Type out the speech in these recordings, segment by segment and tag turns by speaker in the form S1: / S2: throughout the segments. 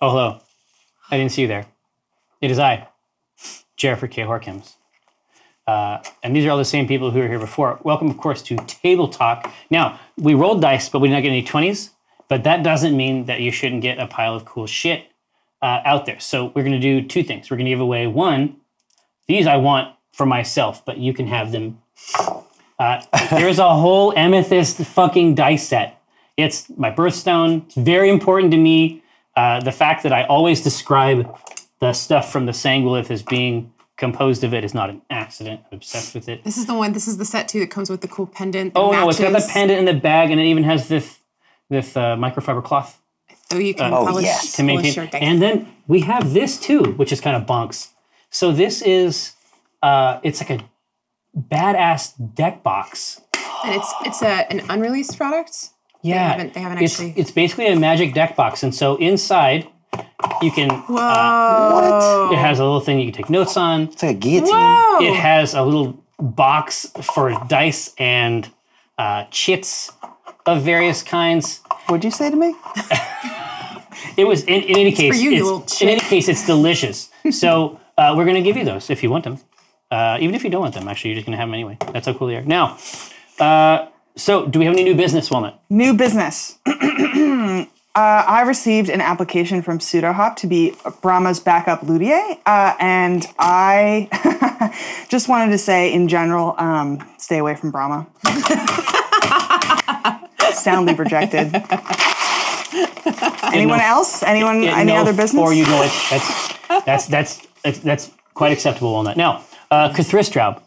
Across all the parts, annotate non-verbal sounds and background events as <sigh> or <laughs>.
S1: Oh, hello. I didn't see you there. It is I, Jeffrey K. Horkims. Uh, and these are all the same people who were here before. Welcome, of course, to Table Talk. Now, we rolled dice, but we did not get any 20s. But that doesn't mean that you shouldn't get a pile of cool shit uh, out there. So we're going to do two things. We're going to give away one, these I want for myself, but you can have them. Uh, <laughs> there's a whole amethyst fucking dice set. It's my birthstone. It's very important to me. Uh, the fact that I always describe the stuff from the Sangolith as being composed of it is not an accident. I'm obsessed with it.
S2: This is the one. This is the set too that comes with the cool pendant. the
S1: Oh no, it's got the
S2: matches.
S1: pendant in the bag, and it even has this this uh, microfiber cloth
S2: So you can polish,
S3: yes.
S1: Oh, to
S2: polish
S1: maintain.
S2: your dice.
S1: And then we have this too, which is kind of bonks. So this is uh, it's like a badass deck box.
S2: And it's it's a an unreleased product.
S1: Yeah,
S2: haven't- they haven't
S1: it's,
S2: actually-
S1: It's basically a magic deck box, and so inside you can.
S2: Whoa!
S1: Uh, It
S2: Oh.
S1: has a little thing you can take notes on.
S3: Uh, It's like a guillotine.
S2: Whoa!
S1: It has a little box for dice and uh, chits of various kinds.
S3: What'd you say to me?
S1: It was in, in any case.
S2: for you, you
S1: it's-
S2: little
S1: in
S2: chick.
S1: any case,
S2: <laughs>
S1: it's delicious. so uh, we're gonna give you those if you want them. Uh, even if you don't want them, actually, you're just gonna have them anyway. That's how cool they are. Now, uh, so do we have any new business, Walnut?
S4: New business. <clears throat> uh, I received an application from Pseudohop to be Brahma's backup luthier, uh, and I <laughs> just wanted to say, in general, um, stay away from Brahma. <laughs> Soundly rejected. Anyone else? Anyone?
S1: Yeah,
S4: any
S1: no,
S4: other business?
S1: Or you know it. That's that's that's that's, that's quite acceptable, Walnut. Now, uh, Kathristraub,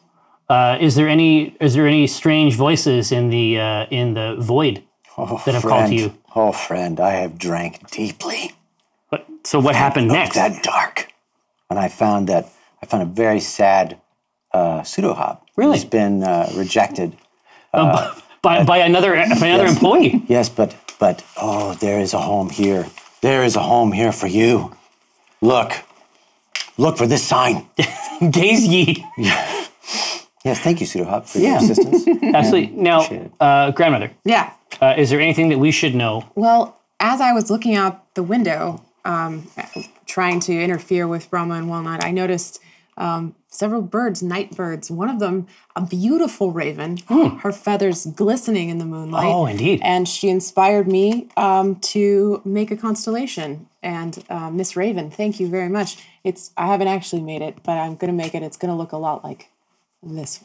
S1: uh, is there any is there any strange voices in the uh, in the void that have called to you?
S3: Oh, friend, I have drank deeply.
S1: But, so what happened next?
S3: Oh, That dark. And I found that I found a very sad uh, pseudo hop.
S1: Really?
S3: He's been uh, rejected.
S1: by, by another by another
S3: <laughs>
S1: employee.
S3: Yes, but but oh, there is a home here. There is a home here for you. Look, look for this sign.
S1: Gaze ye.
S3: yes, thank you, pseudo hop, for
S1: <laughs>
S3: your assistance.
S1: Absolutely. Now, uh, grandmother,
S2: yeah.
S1: uh, is there anything that we should know?
S2: Well, as I was looking out the window, um, trying to interfere with Brahma and Walnut, I noticed um, several birds, night birds. One of them, a beautiful raven, her feathers glistening in the moonlight.
S1: Hmm. Oh, indeed.
S2: And she inspired me um, to make a constellation. And uh, Miss Raven, thank you very much. It's I haven't actually made it, but I'm going to make it. It's going to look a lot like this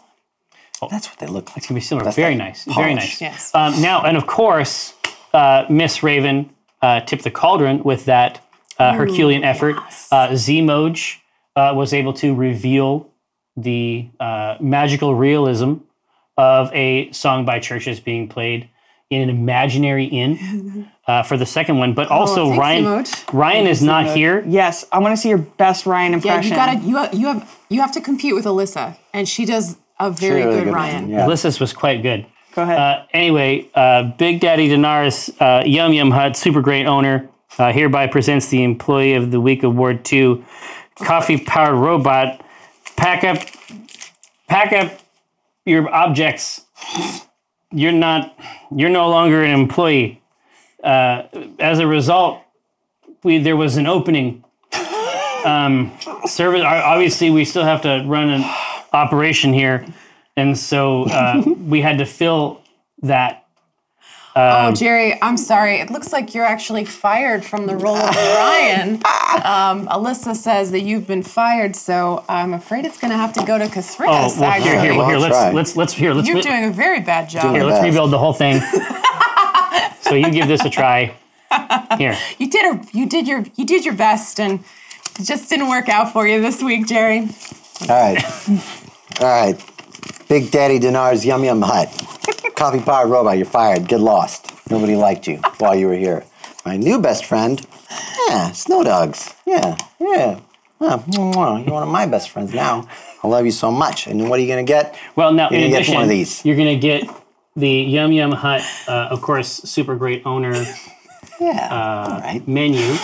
S2: one.
S3: That's what they look like.
S1: It's gonna be similar. Very
S3: like
S1: nice. Very nice.
S3: polish.
S2: Yes.
S1: Um, now, and of course, uh, Miss Raven uh, tipped the cauldron with that uh, Herculean effort. Uh, Zemoj uh, was able to reveal the uh, magical realism of a song by Churches being played in an imaginary
S2: <laughs>
S1: inn uh, for the second one. But also,
S2: Oh, thanks,
S1: Ryan
S2: Zemoj.
S1: Ryan is not here.
S4: yes, I want to see your best Ryan
S2: Yeah,
S4: impression.
S2: you gotta you have, you have you have to compete with Alyssa, and she does a very
S3: Really
S2: good,
S3: one,
S2: Ryan.
S3: Yeah.
S1: Ulysses was quite good.
S4: Go ahead.
S1: Uh, anyway, uh, Big Daddy Denaris, uh, Yum Yum Hut, super great owner, uh, hereby presents the Employee of the Week Award to Coffee Powered Robot. Pack up, pack up your objects. You're not, you're no longer an employee. Uh, as a result, we there was an opening. <laughs> Um, service. Obviously, we still have to run an operation here, and so uh, we had to fill that
S2: Oh, Jerry, I'm sorry. It looks like you're actually fired from the role <laughs> of Ryan. Um, Alyssa says that you've been fired, so I'm afraid it's going to have to go to Kathrinas.
S1: Oh, well, here, here,
S2: actually.
S1: well, here.
S3: I'll
S1: Let's
S3: try.
S1: let's let's here. Let's
S2: you're
S1: re-
S2: doing a very bad job.
S1: here.
S3: my
S1: Let's
S3: best.
S1: rebuild the whole
S3: <laughs>
S1: thing. so you give this a try. Here,
S2: You did a, you did your you did your best, and it just didn't work out for you this week, Jerry.
S3: All right. All right. Big Daddy Dinar's Yum Yum Hut. Coffee Power Robot, you're fired. Get lost. Nobody liked you while you were here. My new best friend. Yeah, Snow Dogs. Yeah, yeah. Ah, mwah. you're one of my best friends now. I love you so much. And what are you going to get?
S1: well, now in
S3: You're gonna get
S1: addition,
S3: one of these.
S1: you're gonna get the Yum Yum Hut, uh, of course, super great owner
S3: Yeah. All right.
S1: menu.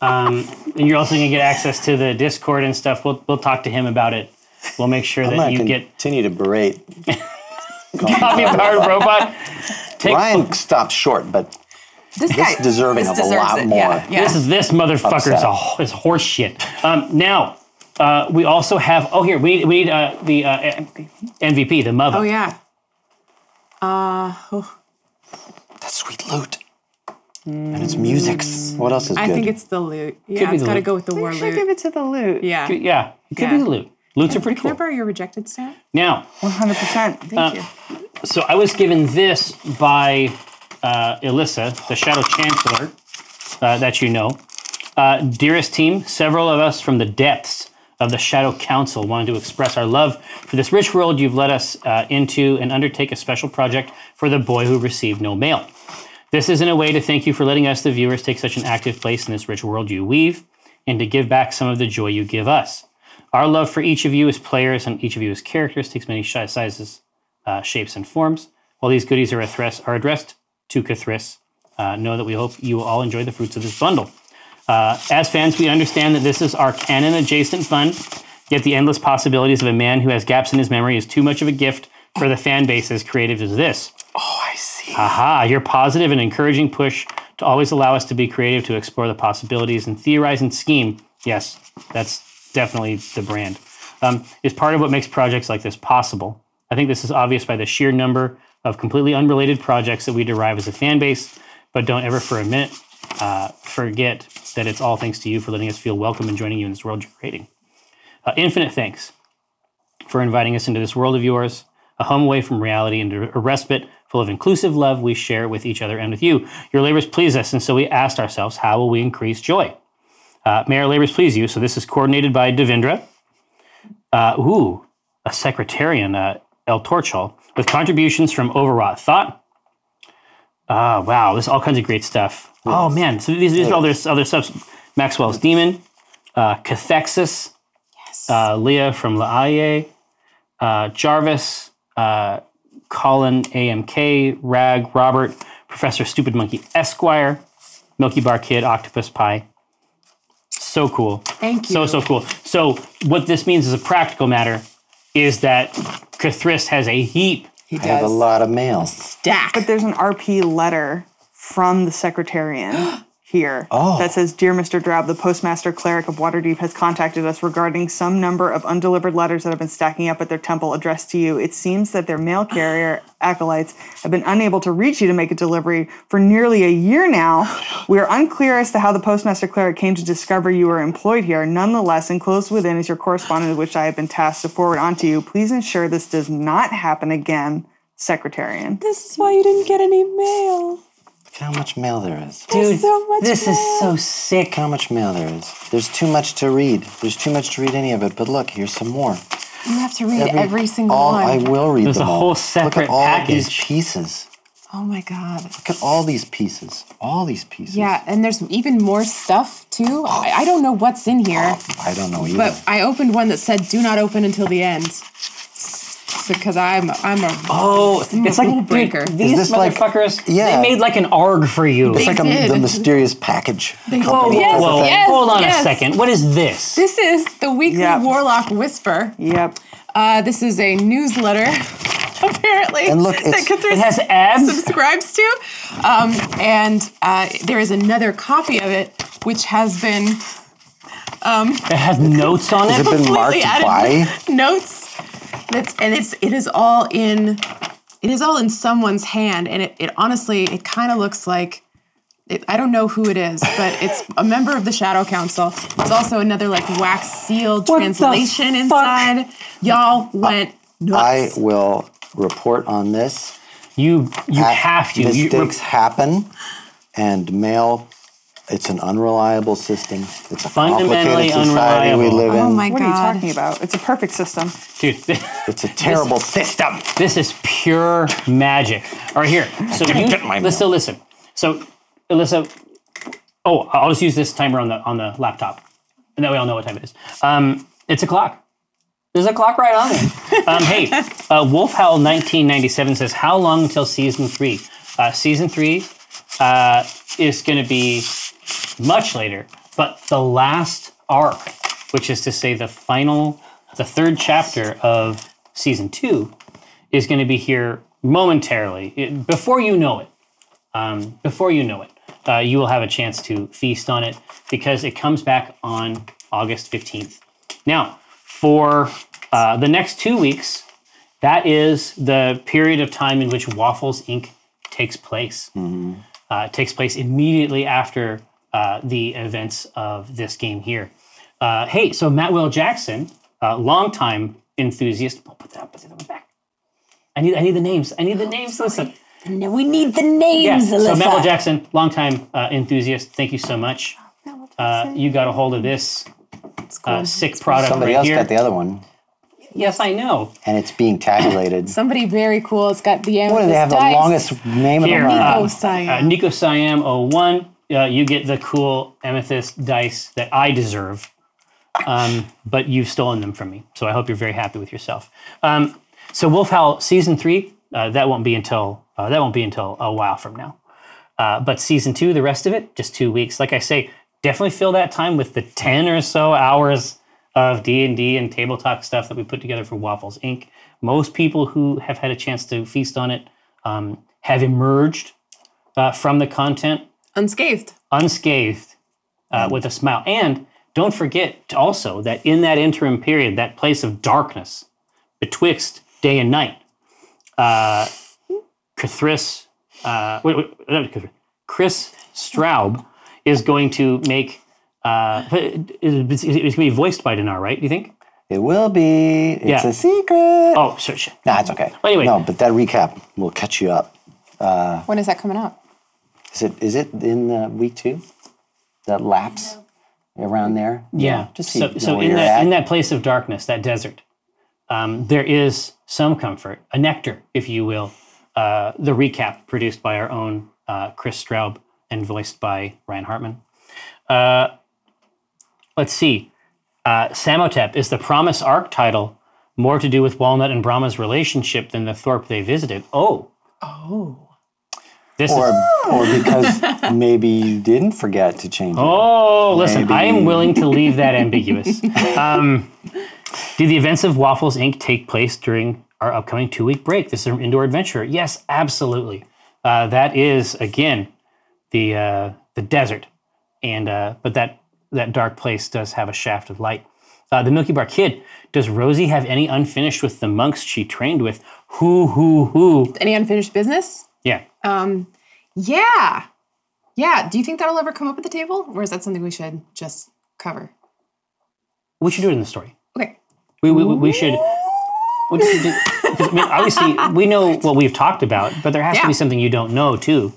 S1: Um, and you're also gonna get access to the Discord and stuff. We'll we'll talk to him about it. We'll make sure
S3: I'm
S1: that
S3: going
S1: you
S3: to
S1: get
S3: continue to berate.
S1: <laughs> coffee powered robot. Take
S3: Ryan stopped short, but
S2: This
S3: This
S2: guy
S3: deserving
S2: this
S3: of a
S2: deserves
S3: lot
S2: it.
S3: more.
S2: Yeah, yeah.
S1: This is this motherfucker's
S3: Upset.
S1: a, ho- is horse shit. Um, now, uh, we also have. Oh, here we need we need uh, the uh, MVP, the mother.
S2: oh yeah. Uh,
S3: That's sweet loot. And it's
S1: Mm.
S3: musics. What else is
S2: I
S3: good?
S2: think it's the loot. Yeah,
S1: be
S2: it's
S1: the
S2: got to
S1: loot.
S2: go with the war
S4: We should give
S2: loot.
S4: it to the loot.
S2: Yeah. Can
S1: yeah. It could be
S2: Yeah.
S1: the loot. Loots are pretty
S2: I
S1: cool.
S2: borrow your rejected stamp?
S1: Now,
S4: 100%.
S1: Uh,
S2: Thank you.
S1: so I was given this by uh, Alyssa, the Shadow Chancellor uh, that you know. Uh, dearest team, several of us from the depths of the Shadow Council wanted to express our love for this rich world you've led us uh, into and undertake a special project for the boy who received no mail. This is in a way to thank you for letting us, the viewers, take such an active place in this rich world you weave and to give back some of the joy you give us. Our love for each of you as players and each of you as characters takes many shi- sizes, uh, shapes, and forms. While these goodies are, address- are addressed to Kathris, uh, know that we hope you will all enjoy the fruits of this bundle. Uh, as fans, we understand that this is our canon adjacent fun, yet the endless possibilities of a man who has gaps in his memory is too much of a gift for the fan base as creative as this.
S3: oh, I see.
S1: Aha, your positive and encouraging push to always allow us to be creative, to explore the possibilities and theorize and scheme. Yes, that's definitely the brand. Um, is part of what makes projects like this possible. I think this is obvious by the sheer number of completely unrelated projects that we derive as a fan base, but don't ever for a minute uh, forget that it's all thanks to you for letting us feel welcome and joining you in this world you're creating. Uh, infinite thanks for inviting us into this world of yours, a home away from reality and a respite full of inclusive love we share with each other and with you. Your labors please us, and so we asked ourselves, how will we increase joy? Uh, may our labors please you. So this is coordinated by Devendra. Uh, ooh, a secretarian, uh, El Torchal, with contributions from Overwrought Thought. Ah, wow, there's all kinds of great stuff. Oh, man. So these, these are all their other subs. Maxwell's Demon, uh, Cathexis, uh, Leah from Laaye, uh, Jarvis, uh, Colin AMK, Rag, Robert, Professor Stupid Monkey Esquire, Milky Bar Kid, Octopus Pie. So cool.
S2: Thank you.
S1: So, so cool. So, what this means as a practical matter is that Kathris has a heap.
S2: he
S3: I have a
S2: does.
S3: lot of mail.
S2: Stack.
S4: But there's an RP letter from the secretarian here that says Dear Mr. Drab, the postmaster cleric of Waterdeep has contacted us regarding some number of undelivered letters that have been stacking up at their temple addressed to you. It seems that their mail carrier acolytes have been unable to reach you to make a delivery for nearly a year now. We are unclear as to how the postmaster cleric came to discover you were employed here. Nonetheless, enclosed within is your correspondence, which I have been tasked to forward on to you. Please ensure this does not happen again. Secretarian.
S5: This is why you didn't get any mail.
S3: Look how much mail there is.
S5: There's so much
S1: this is so sick.
S3: Look how much mail there is. There's too much to read. There's too much to read any of it. But look, here's some more.
S2: you have to read every, single
S3: all,
S2: one.
S3: I will read
S1: There's
S3: them
S1: a
S3: all.
S1: whole
S3: Look
S1: separate
S3: at all these
S1: package.
S3: pieces.
S2: oh my god.
S3: Look at all these pieces. All these pieces.
S2: Yeah, and there's even more stuff too. I, I don't know what's in here,
S3: Oh, I don't know either.
S2: but I opened one that said "Do not open until the end," because I'm I'm a
S1: Oh, it's like
S2: rule
S1: dude,
S2: breaker.
S1: these
S3: Is this like-
S1: motherfuckers.
S3: yeah.
S1: They made like an arg for you.
S3: it's like a,
S2: did.
S3: the mysterious package.
S1: Whoa,
S2: Yes,
S1: whoa,
S2: yes,
S1: hold on a
S2: yes.
S1: second. What is this?
S2: This is the weekly
S4: Yeah.
S2: Warlock Whisper.
S4: Yep.
S2: Uh, this is a newsletter, <laughs> apparently.
S3: And look,
S2: that
S3: it's-
S2: Cthulhu
S1: It has abs.
S2: subscribes to, um, and uh, there is another copy of it which has been
S1: It has notes on
S3: Has
S1: it.
S3: it been marked
S2: completely added <laughs>
S3: by?
S2: notes. That's and it's it is all in, it is all in someone's hand, and it, it honestly it kind of looks like. It, I don't know who it is, but it's a member of the Shadow Council. There's also another like wax sealed
S5: What the
S2: translation
S5: fuck?
S2: inside. Y'all went
S3: I
S2: nuts.
S3: will report on this.
S1: You you
S3: Ha-
S1: have to. You-
S3: Mistakes happen, and mail. It's an unreliable system. It's a
S1: Fundamentally
S3: complicated society we
S1: unreliable.
S3: live in.
S2: oh my
S4: What
S2: god!
S4: are you talking about? It's a perfect system.
S1: dude, <laughs> this,
S3: It's a terrible system.
S1: this is pure magic. All right, here. So you,
S3: get my
S1: let's still listen. So, Alyssa, oh, I'll just use this timer on the on the laptop, and that way I'll know what time it is. Um, it's a clock. There's a clock right on
S3: <laughs>
S1: it. um, hey, uh, Wolf Howl 1997 says, "How long until season three? Uh, season three uh, is going to be much later, but the last arc, which is to say the final, the third chapter of season two, is going to be here momentarily, it- before you know it. Um, before you know it. uh, you will have a chance to feast on it because it comes back on August 15th. Now, for uh, the next two weeks, that is the period of time in which Waffles Inc. takes place. Uh, it takes place immediately after uh, the events of this game here. Uh, hey, so Matt Will Jackson, uh, longtime enthusiast. Oh, put that up, put that one back. I need, I need the names. I need the names. Listen.
S6: No, we need the names,
S1: Yeah.
S6: Alyssa.
S1: So Matt Will Jackson, longtime uh, enthusiast. Thank you so much. Uh, you got a hold of this uh, sick product
S3: Somebody
S1: right
S3: else
S1: here.
S3: got the other one,
S1: yes, I know.
S3: and it's being tabulated.
S2: Somebody very cool has got the amethyst
S3: what do they have?
S2: dice.
S3: The longest name
S1: Here,
S3: of them.
S1: uh,
S3: all?
S2: Oh,
S1: Uh,
S2: Cyan.
S1: Nico Siam 01, uh, you get the cool amethyst dice that I deserve, um, but you've stolen them from me. So I hope you're very happy with yourself. Um, so Wolf Howl season three, uh, that won't be until uh, that won't be until a while from now. Uh, but season two, the rest of it, just two weeks. Like I say, definitely fill that time with the ten or so hours of D and D and table talk stuff that we put together for Waffles Inc. Most people who have had a chance to feast on it um, have emerged uh, from the content
S2: Unscathed.
S1: unscathed uh, with a smile. And don't forget to also that in that interim period, that place of darkness betwixt day and night, uh, Cathris, uh, wait, wait, not Cathris, Chris Straub is going to make. Uh, it's, it's going to be voiced by Dinar, right? Do you think?
S3: It will be. It's
S1: Yeah.
S3: a secret.
S1: Oh, sure, sure.
S3: Nah, it's okay.
S1: Anyway.
S3: no, but that recap will catch you up.
S2: When is that coming up?
S3: Is it is it in uh, week two? That lapse around there.
S1: Yeah.
S3: just so,
S1: so,
S3: you know
S1: so
S3: where
S1: in
S3: you're
S1: that
S3: at.
S1: in that place of darkness, that desert, um, there is some comfort, a nectar, if you will. Uh, the recap produced by our own uh, Chris Straub and voiced by Ryan Hartman. Uh, let's see. Uh, Samotep is the Promise Arc title more to do with Walnut and Brahma's relationship than the Thorpe they visited? Oh. Oh. This
S3: or
S1: is
S3: or because maybe you didn't forget to change it.
S1: Oh, listen, I am
S3: Maybe.
S1: willing to leave that ambiguous. Um, do the events of Waffles Inc. take place during our upcoming two week break? This is an indoor adventure. Yes, absolutely. Uh, that is, again, the uh, the desert. and uh, But that, that dark place does have a shaft of light. Uh, the Milky Bar Kid, does Rosie have any unfinished with the monks she trained with? Who, who, who?
S2: Any unfinished business?
S1: Yeah.
S2: Um, yeah. Yeah. Do you think that'll ever come up at the table? Or is that something we should just cover?
S1: We should do it in the story.
S2: Okay.
S1: We, we, we- we should. What does it do? 'Cause, I mean, obviously, we know what we've talked about, but there has to
S2: Yeah.
S1: be something you don't know too,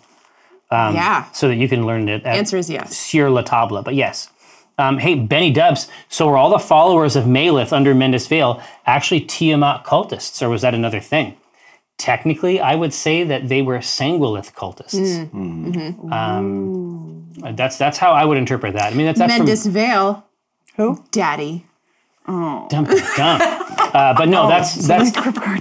S1: Um,
S2: yeah.
S1: so that you can learn it. At
S2: Answer is yes.
S1: Sieur La Table. But yes, um, hey Benny Dubs. So were all the followers of Malith under Mendes Vale actually Tiamat cultists, or was that another thing? Technically, I would say that they were Sanguilith cultists.
S2: Mm.
S1: Um, that's that's how I would interpret that. I mean, that's that's from-
S2: Mm-hmm. Mendes Vale.
S4: Who?
S2: Daddy.
S1: dump it, dump. Uh, but
S2: Oh.
S1: no, that's that's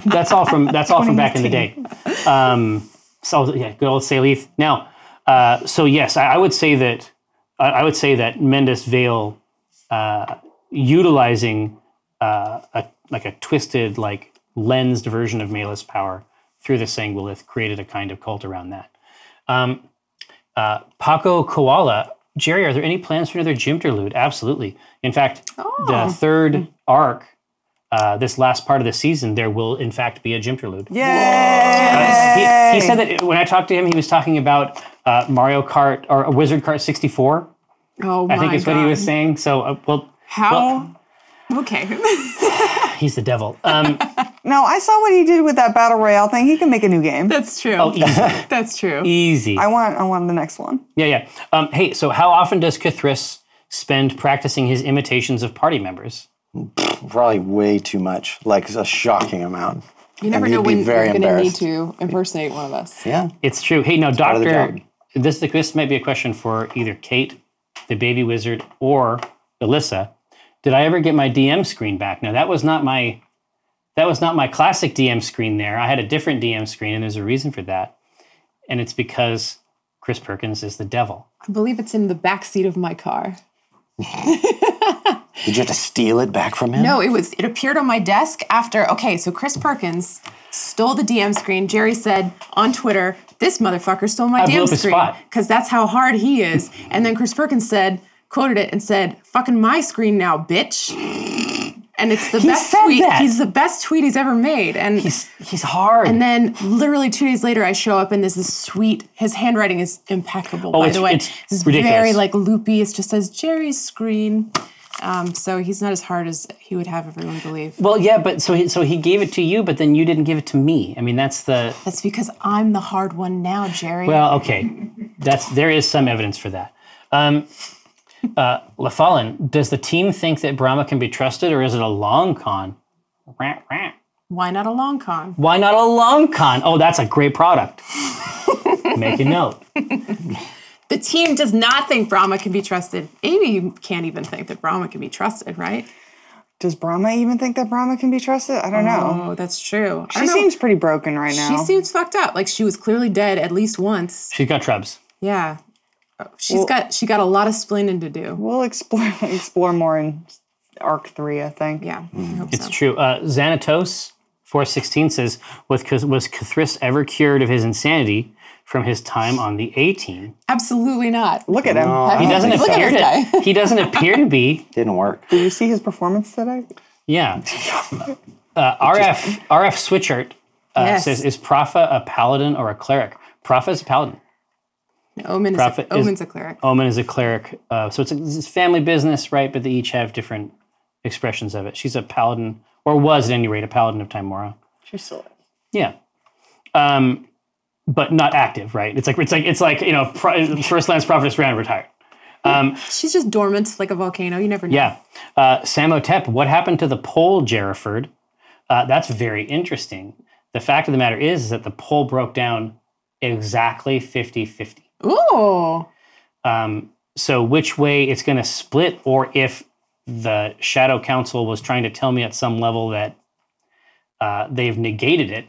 S1: that's all from
S2: <laughs>
S1: that's all from back in the day. Um, so yeah, good old Salith. Now, uh, so yes, I, I would say that I, I would say that Mendes Vale uh, utilizing uh, a like a twisted like lensed version of Malus power through the Sanguilith created a kind of cult around that. Um, uh, Paco Koala, Jerry, are there any plans for another Jimterlude? Absolutely. In fact, the third arc, uh, this last part of the season, there will in fact be a Jimterlude.
S4: Yay!
S1: He, he said that when I talked to him, he was talking about uh, Mario Kart or Wizard Kart 64.
S2: Oh my
S1: I think is
S2: God.
S1: what he was saying. So, uh, well,
S2: How? okay. <laughs>
S1: he's the devil. Um, <laughs>
S4: No, I saw what he did with that battle royale thing. He can make a new game.
S2: That's true.
S1: oh, easy,
S2: That's true.
S1: <laughs> easy.
S4: I want. I want the next one.
S1: Yeah, yeah. Um, hey, so how often does Cthulhu spend practicing his imitations of party members?
S3: Probably way too much, like a shocking amount.
S2: You never
S3: and
S2: know
S3: you'd be
S2: when
S3: very
S2: you're going to need
S3: embarrassed.
S2: to impersonate one of us.
S3: Yeah,
S1: It's true. Hey, no,
S3: of the
S1: Doctor.
S3: job.
S1: This this might be a question for either Kate, the baby wizard, or Alyssa. Did I ever get my DM screen back? Now that was not my that was not my classic DM screen. There, I had a different DM screen, and there's a reason for that, and it's because Chris Perkins is the devil.
S2: I believe it's in the back seat of my car.
S3: did you have to steal it back from him?
S2: No, it was. It appeared on my desk after. Okay, so Chris Perkins stole the DM screen. Jerry said on Twitter, this motherfucker stole my
S1: I blew
S2: damn
S1: up his
S2: screen
S1: spot.
S2: because that's how hard he is. And then Chris Perkins said, quoted it and said, "Fucking my screen now, bitch." And it's the best
S1: said
S2: tweet.
S1: that.
S2: He's the best tweet he's ever made. And
S1: He's, he's hard.
S2: and then literally two days later, I show up and there's this sweet. His handwriting is impeccable, by
S1: Oh, it's-
S2: the way.
S1: it's
S2: This is
S1: ridiculous.
S2: very like loopy. It just says Jerry's screen. Um, so he's not as hard as he would have everyone believe.
S1: well, yeah, but so he, so he gave it to you, but then you didn't give it to me. I mean, that's the
S2: That's because I'm the hard one now, Jerry.
S1: Well, okay, that's there is some evidence for that. Um, uh, LaFallen, does the team think that Brahma can be trusted, or is it a long con? Rah, rah.
S2: Why not a long con?
S1: Why not a long con? Oh, that's a great product. Make a note.
S2: The team does not think Brahma can be trusted. Amy you can't even think that Brahma can be trusted, right?
S4: Does Brahma even think that Brahma can be trusted? I don't know.
S2: Oh, that's true. I
S4: She
S2: don't know.
S4: seems pretty broken right now.
S2: she seems fucked up. Like she was clearly dead at least once.
S1: She's got trubs.
S2: Yeah. Oh, she's got she got a lot of splaining to do.
S4: we'll explore <laughs> explore more in arc three, I think.
S2: Yeah. I hope
S1: It's
S2: so.
S1: true. Uh, Xanatos four sixteen says, "Was Cath- was Cathris ever cured of his insanity from his time on the A team?
S2: Absolutely not.
S4: Oh, Look at him.
S1: He
S2: don't
S1: doesn't
S2: think so. Look at
S1: appear
S2: this
S1: to. He doesn't appear to be.
S3: Didn't work.
S4: Did you see his performance today?
S1: Yeah. Uh, RF RF Switchert uh,
S2: Yes.
S1: says, "Is Prophet a paladin or a cleric? Prophet is a paladin.
S2: Omen is
S1: Prophet
S2: a,
S1: is-
S2: Omen's a cleric.
S1: Omen is a cleric. Uh, so it's a, it's a family business, right? But they each have different expressions of it. She's a paladin, or was at any rate a paladin of Timora.
S4: She's still
S1: Yeah. Um, but not active, right? It's like it's like it's like you know, pro- first lance prophetess ran retired.
S2: She's just dormant like a volcano. You never know.
S1: Yeah. Uh, Samotep, what happened to the pole, Jerriford? Uh, that's very interesting. The fact of the matter is, is that the pole broke down exactly 50 50.
S2: Ooh.
S1: Um, so, which way it's going to split, or if the Shadow Council was trying to tell me at some level that uh, they've negated it.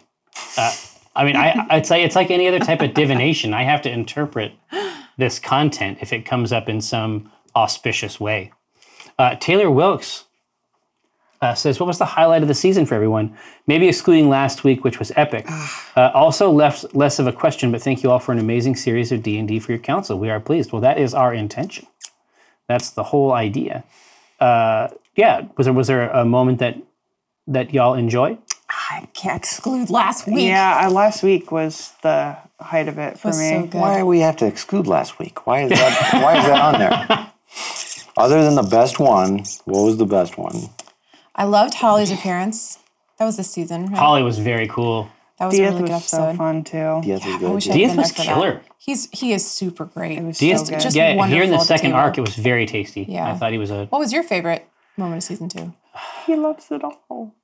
S1: Uh, I mean, I, it's, like, it's like any other type of divination. I have to interpret this content if it comes up in some auspicious way. Uh, Taylor Wilkes uh, says, What was the highlight of the season for everyone? Maybe excluding last week, which was epic. Uh, also, less, less of a question, but thank you all for an amazing series of D&D for your counsel. We are pleased. Well, that is our intention. That's the whole idea. Uh, yeah, was there, was there a moment that, that y'all enjoyed?
S6: I can't exclude last week.
S4: Yeah, I, last week was the height of it for
S2: was
S4: me.
S2: so good.
S3: Why do we have to exclude last week? Why is that? why is that on there?
S2: <laughs>
S3: Other than the best one, what was the best one?
S2: I loved Holly's appearance. That was this season. Right?
S1: Holly was very cool.
S2: that was a
S4: Death
S2: really
S4: was
S2: good
S4: so
S2: episode.
S4: fun too.
S3: The other
S2: I
S3: good.
S2: wish
S3: yeah.
S2: I had
S1: Death
S2: been
S1: was
S2: there for
S1: killer.
S2: that. He's he is super great.
S4: It was
S1: Death-
S4: so good.
S2: just-
S1: yeah, here in
S2: wonderful
S1: the
S2: at the
S1: second
S2: table.
S1: arc, it was very tasty. I
S2: Yeah.
S1: thought he was a
S2: what was your favorite moment of season two?
S4: he loves it all.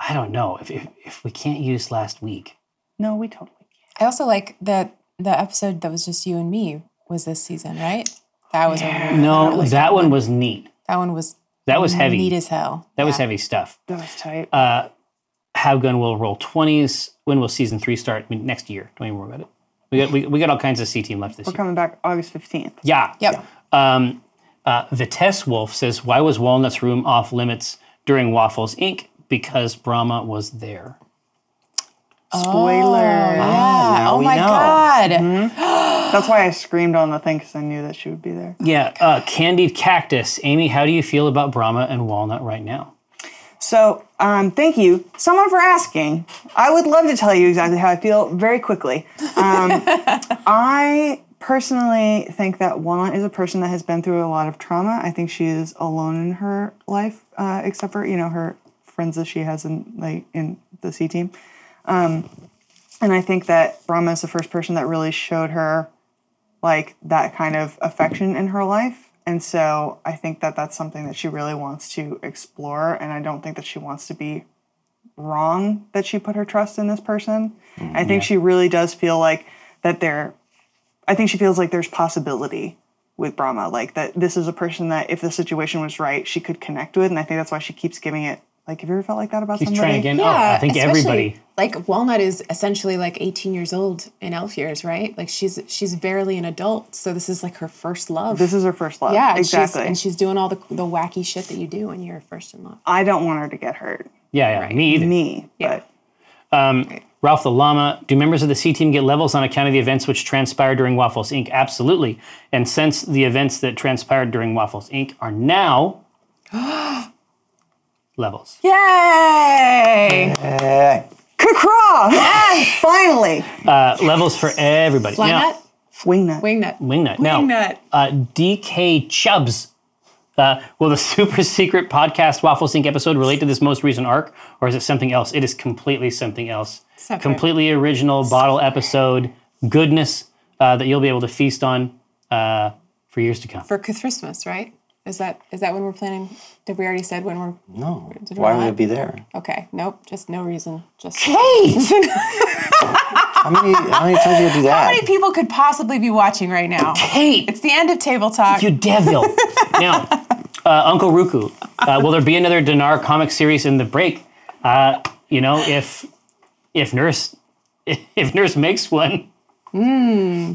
S1: I don't know if if, if we can't use last week.
S4: No, we totally can't.
S2: I also like that the episode that was just you and me was this season, right? That was a really,
S1: No, that one was neat.
S2: that one was
S1: That was heavy.
S2: neat as hell.
S1: that was heavy stuff.
S4: That was tight.
S1: Uh, Havgun will roll twenties. When will season three start? I mean, next year. Don't even worry about it. We got we, we got all kinds of C team left this
S4: We're
S1: year.
S4: coming back August fifteenth.
S1: Yeah.
S2: Yep.
S1: Um, uh, Vitesse Wolf says, "Why was Walnut's room off limits during Waffles Inc? Because Brahma was there."
S4: Spoiler.
S2: Yeah.
S3: now
S2: Oh
S3: we
S2: my
S3: know.
S2: god.
S4: That's why I screamed on the thing because I knew that she would be there.
S1: Yeah, uh, candied cactus. Amy, how do you feel about Brahma and walnut right now?
S4: So, um, thank you, someone, for asking. I would love to tell you exactly how I feel very quickly. Um, I personally think that Walnut is a person that has been through a lot of trauma. I think she is alone in her life, uh, except for you know her friends that she has in like in the C team. Um, and I think that Brahma is the first person that really showed her like that kind of affection in her life. And so I think that that's something that she really wants to explore. And I don't think that she wants to be wrong that she put her trust in this person.
S1: Mm,
S4: I think she really does feel like that there, I think she feels like there's possibility with Brahma, like that this is a person that if the situation was right, she could connect with. And I think that's why she keeps giving it. Like, have you ever felt like that about
S1: He's
S4: somebody?
S1: trying again. oh, I think
S2: especially,
S1: everybody.
S2: Like Walnut is essentially like 18 years old in elf years, right? Like she's she's barely an adult, so this is like her first love.
S4: This is her first love.
S2: yeah, and she's-
S4: exactly.
S2: and she's doing all the the wacky shit that you do when you're first in love.
S4: I don't want her to get hurt.
S1: Yeah, yeah, me either.
S4: Me, but
S1: Ralph the Llama, do members of the C team get levels on account of the events which transpired during Waffles Inc? Absolutely. And since the events that transpired during Waffles Inc. are now levels.
S2: Yay!
S3: Eh,
S4: Kakra! Finally!
S1: Uh, levels for everybody.
S2: Fly
S1: Now-
S2: nut,
S4: Wingnut.
S2: wing nut.
S1: Wingnut. now,
S2: Wingnut.
S1: Uh, DK Chubbs. Uh, will the <laughs> super secret podcast Waffle Sync episode relate to this most recent arc, or is it something else? It is completely something else.
S2: Separate.
S1: Completely original bottle episode goodness uh, that you'll be able to feast on uh, for years to come.
S2: for Christmas, right? Is that is that when we're planning? Did we already said when we're?
S3: no.
S2: Did we
S3: Why
S2: not?
S3: would it be there?
S2: Okay, nope. Just no reason. Just
S3: How many, how many times do you
S2: <laughs>
S3: do that?
S2: how many people could possibly be watching right
S1: <laughs>
S2: now?
S1: Kate,
S2: It's the end of table talk.
S1: you devil!
S4: <laughs>
S1: now, uh, Uncle Ruku, uh, will there be another Dinar comic series in the break? Uh, you know, if if Nurse <laughs> if Nurse makes one.
S4: Hmm.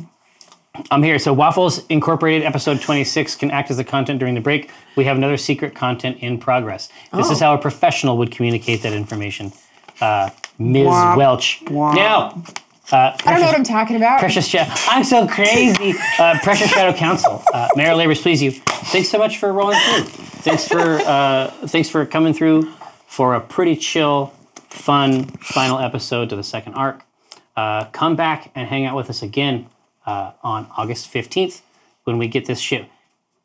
S1: I'm here. So Waffles Incorporated episode 26 can act as the content during the break. We have another secret content in progress. This
S4: Oh.
S1: is how a professional would communicate that information. Uh, Ms.
S4: Womp,
S1: Welch.
S4: womp.
S1: Now,
S2: I don't know what I'm talking about.
S1: Precious Shadow. I'm so crazy. Uh, Precious Shadow Council. Uh, Mayor Labors, please you. Thanks so much for rolling through. Thanks for uh, thanks for coming through for a pretty chill, fun final episode to the second arc. Uh, come back and hang out with us again uh, on August 15th when we get this shit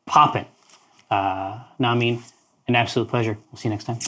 S1: popping. Uh, now, I mean, an absolute pleasure. We'll see you next time.